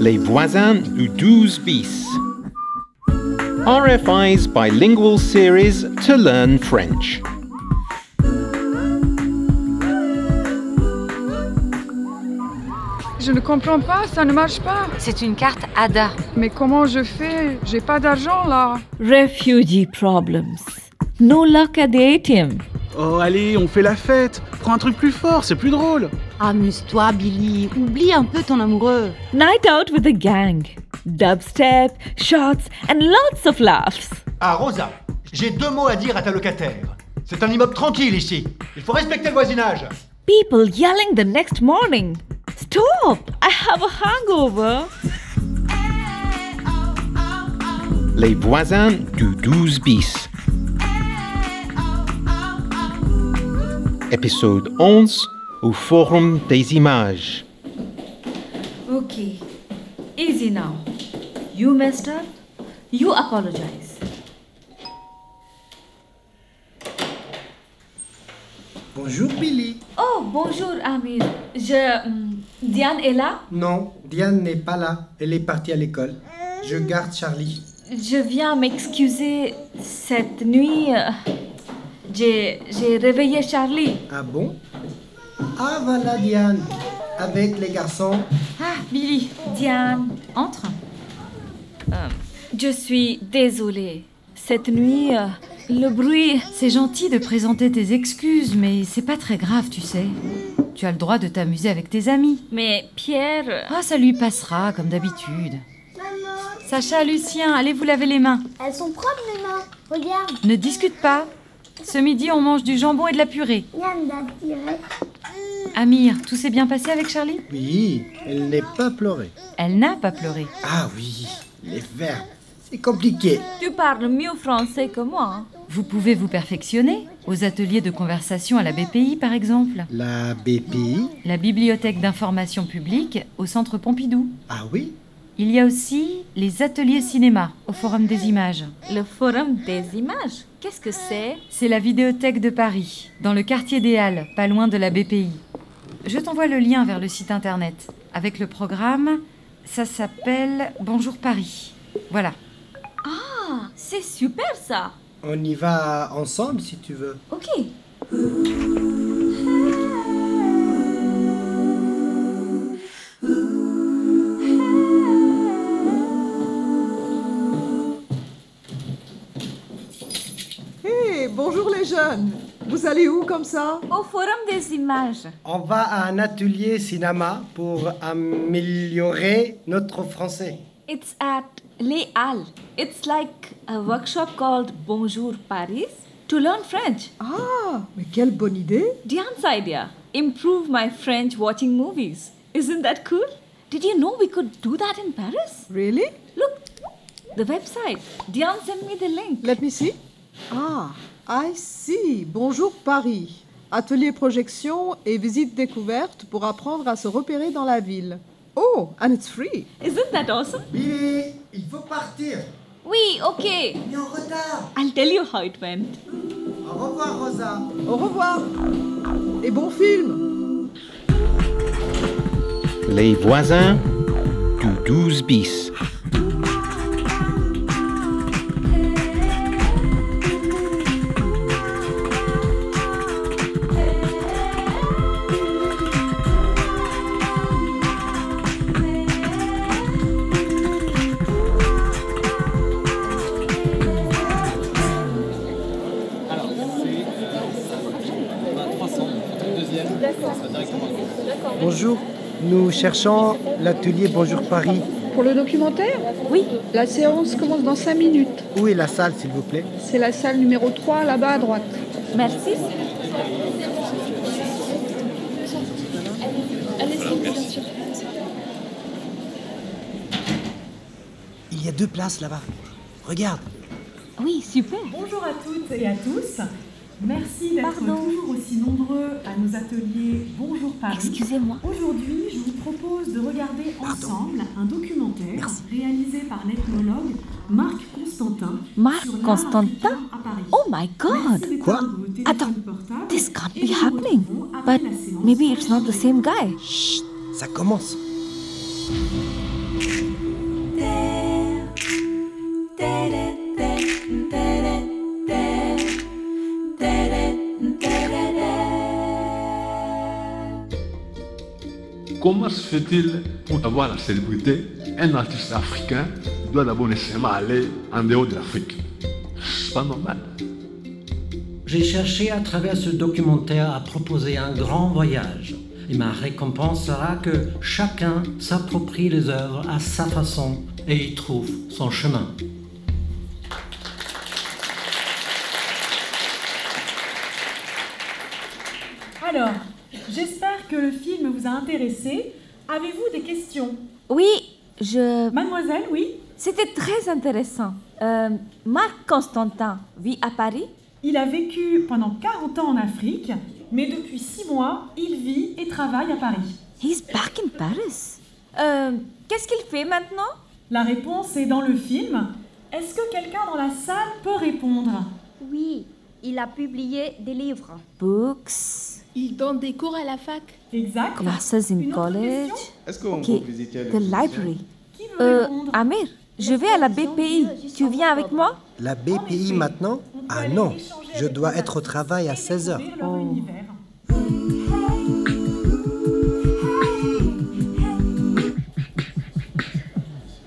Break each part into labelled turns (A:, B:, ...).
A: Les Voisins du 12 bis. RFI's bilingual series to learn French.
B: Je ne comprends pas, ça ne marche pas.
C: C'est une carte ADA.
B: Mais comment je fais J'ai pas d'argent là.
D: Refugee problems. No luck at the ATM.
E: Oh allez, on fait la fête Prends un truc plus fort, c'est plus drôle
F: Amuse-toi, Billy. Oublie un peu ton amoureux.
D: Night out with the gang. Dubstep, shots, and lots of laughs.
G: Ah, Rosa, j'ai deux mots à dire à ta locataire. C'est un immeuble tranquille ici. Il faut respecter le voisinage.
D: People yelling the next morning. Stop! I have a hangover.
A: Les Voisins du 12 bis. Épisode 11 au Forum des images.
H: Okay, easy now. You messed up, you apologize.
I: Bonjour Billy.
H: Oh, bonjour Amir. Je. hum, Diane est là
I: Non, Diane n'est pas là. Elle est partie à l'école. Je garde Charlie.
H: Je viens m'excuser cette nuit. euh, J'ai j'ai réveillé Charlie.
I: Ah bon Ah voilà Diane. Avec les garçons.
H: Ah, Billy. Diane, entre. Euh, je suis désolée. Cette nuit, euh, le bruit.
F: C'est gentil de présenter tes excuses, mais c'est pas très grave, tu sais. Tu as le droit de t'amuser avec tes amis.
H: Mais Pierre. euh,
F: Ah, ça lui passera, comme d'habitude. Sacha, Lucien, allez vous laver les mains.
J: Elles sont propres mes mains. Regarde,
F: Ne discute pas. Ce midi, on mange du jambon et de la purée.
J: Yann l'a tiré.
F: Amir, tout s'est bien passé avec Charlie
I: Oui, elle n'est pas pleurée.
F: Elle n'a pas pleuré.
I: Ah oui, les verbes. C'est compliqué.
H: Tu parles mieux français que moi.
F: hein. Vous pouvez vous perfectionner aux ateliers de conversation à la BPI, par exemple.
I: La BPI.
F: La bibliothèque d'information publique au centre Pompidou.
I: Ah oui
F: Il y a aussi les ateliers cinéma au Forum des images.
H: Le forum des images, qu'est-ce que c'est
F: C'est la vidéothèque de Paris, dans le quartier des Halles, pas loin de la BPI. Je t'envoie le lien vers le site internet. Avec le programme, ça s'appelle Bonjour Paris. Voilà.
H: Ah, c'est super ça.
I: On y va ensemble si tu veux.
H: Ok.
K: Hey, bonjour les jeunes Vous allez où comme ça
H: Au forum des images.
I: On va à un atelier cinéma pour améliorer notre français.
H: It's at Les Halles. It's like a workshop called Bonjour Paris to learn French.
K: Ah, mais quelle bonne idée
H: Diane's idea. Improve my French watching movies. Isn't that cool? Did you know we could do that in Paris?
K: Really
H: Look, the website. Diane sent me the link.
K: Let me see. Ah, I see. Bonjour Paris. Atelier projection et visite découverte pour apprendre à se repérer dans la ville. Oh, and it's free.
H: Isn't that awesome?
I: Billy, il faut partir.
H: Oui, okay.
I: On est en retard.
H: I'll tell you how it went.
I: Au revoir Rosa.
K: Au revoir. Et bon film.
A: Les Voisins du 12 bis.
I: Bonjour, nous cherchons l'atelier Bonjour Paris.
L: Pour le documentaire Oui. La séance commence dans 5 minutes.
I: Où est la salle, s'il vous plaît
L: C'est la salle numéro 3, là-bas à droite.
H: Merci.
I: Il y a deux places là-bas. Regarde.
H: Oui, super.
M: Bonjour à toutes et à tous. Merci d'être
H: Pardon.
M: toujours aussi nombreux à nos ateliers Bonjour Paris.
H: Excusez-moi.
M: Aujourd'hui, je vous propose de regarder
I: Pardon.
M: ensemble un documentaire réalisé par l'ethnologue Marc Constantin.
C: Marc
M: sur l'art
C: Constantin
M: africain à Paris.
C: Oh my god!
M: Merci d'être
I: Quoi
M: dans vos téléphones
C: Attends,
M: portables
C: This can't
M: et
C: be
M: nous nous
C: happening.
M: retrouvons après
C: But
M: la séance
C: maybe it's not the
M: sur
C: same guy.
I: Chut, ça commence. Comment se fait-il pour avoir la célébrité, un artiste africain doit d'abord nécessairement aller en dehors de l'Afrique C'est pas normal.
N: J'ai cherché à travers ce documentaire à proposer un grand voyage. Et ma récompense sera que chacun s'approprie les œuvres à sa façon et y trouve son chemin.
M: Alors, j'espère que le film vous a intéressé. Avez-vous des questions
H: Oui, je.
M: Mademoiselle, oui
H: C'était très intéressant. Euh, Marc Constantin vit à Paris
M: Il a vécu pendant 40 ans en Afrique, mais depuis 6 mois, il vit et travaille à Paris.
H: He's back in Paris. Euh, Qu'est-ce qu'il fait maintenant
M: La réponse est dans le film. Est-ce que quelqu'un dans la salle peut répondre
O: Oui, il a publié des livres.
H: Books.
O: Il donne des cours à la fac.
M: Exact.
H: Classes in college.
P: Est-ce qu'on
H: Ok,
P: peut visiter le
H: The library. Euh, Amir, je vais à la BPI. Tu viens avec moi
Q: La BPI maintenant Ah non, je dois être au travail à 16h.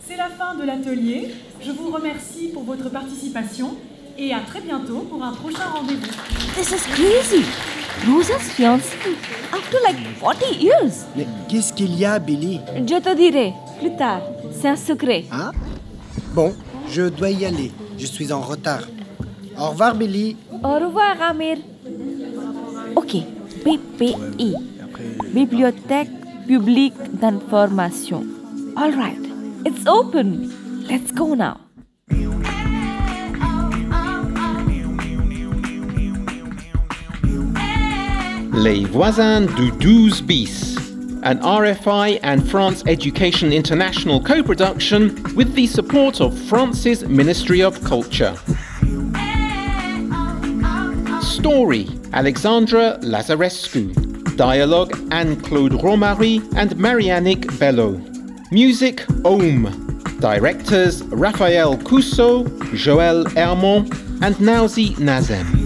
M: C'est la fin de l'atelier. Je vous remercie pour votre participation et à très bientôt pour un prochain rendez-vous.
H: This is crazy. Rosa's fiancé. After like 40 years.
Q: Mais qu'est-ce qu'il y a, Billy
H: Je te dirai plus tard. C'est un secret.
Q: Hein Bon, je dois y aller. Je suis en retard. Au revoir, Billy.
H: Au revoir, Amir. Ok, BPI. Bibliothèque publique d'information. All right, it's open. Let's go now.
A: Les voisins du 12 bis. An RFI and France Education International co production with the support of France's Ministry of Culture. Story Alexandra Lazarescu. Dialogue Anne Claude Romary and Marianic Bello. Music Ohm. Directors Raphaël Cousseau, Joël Hermont, and Nauzi Nazem.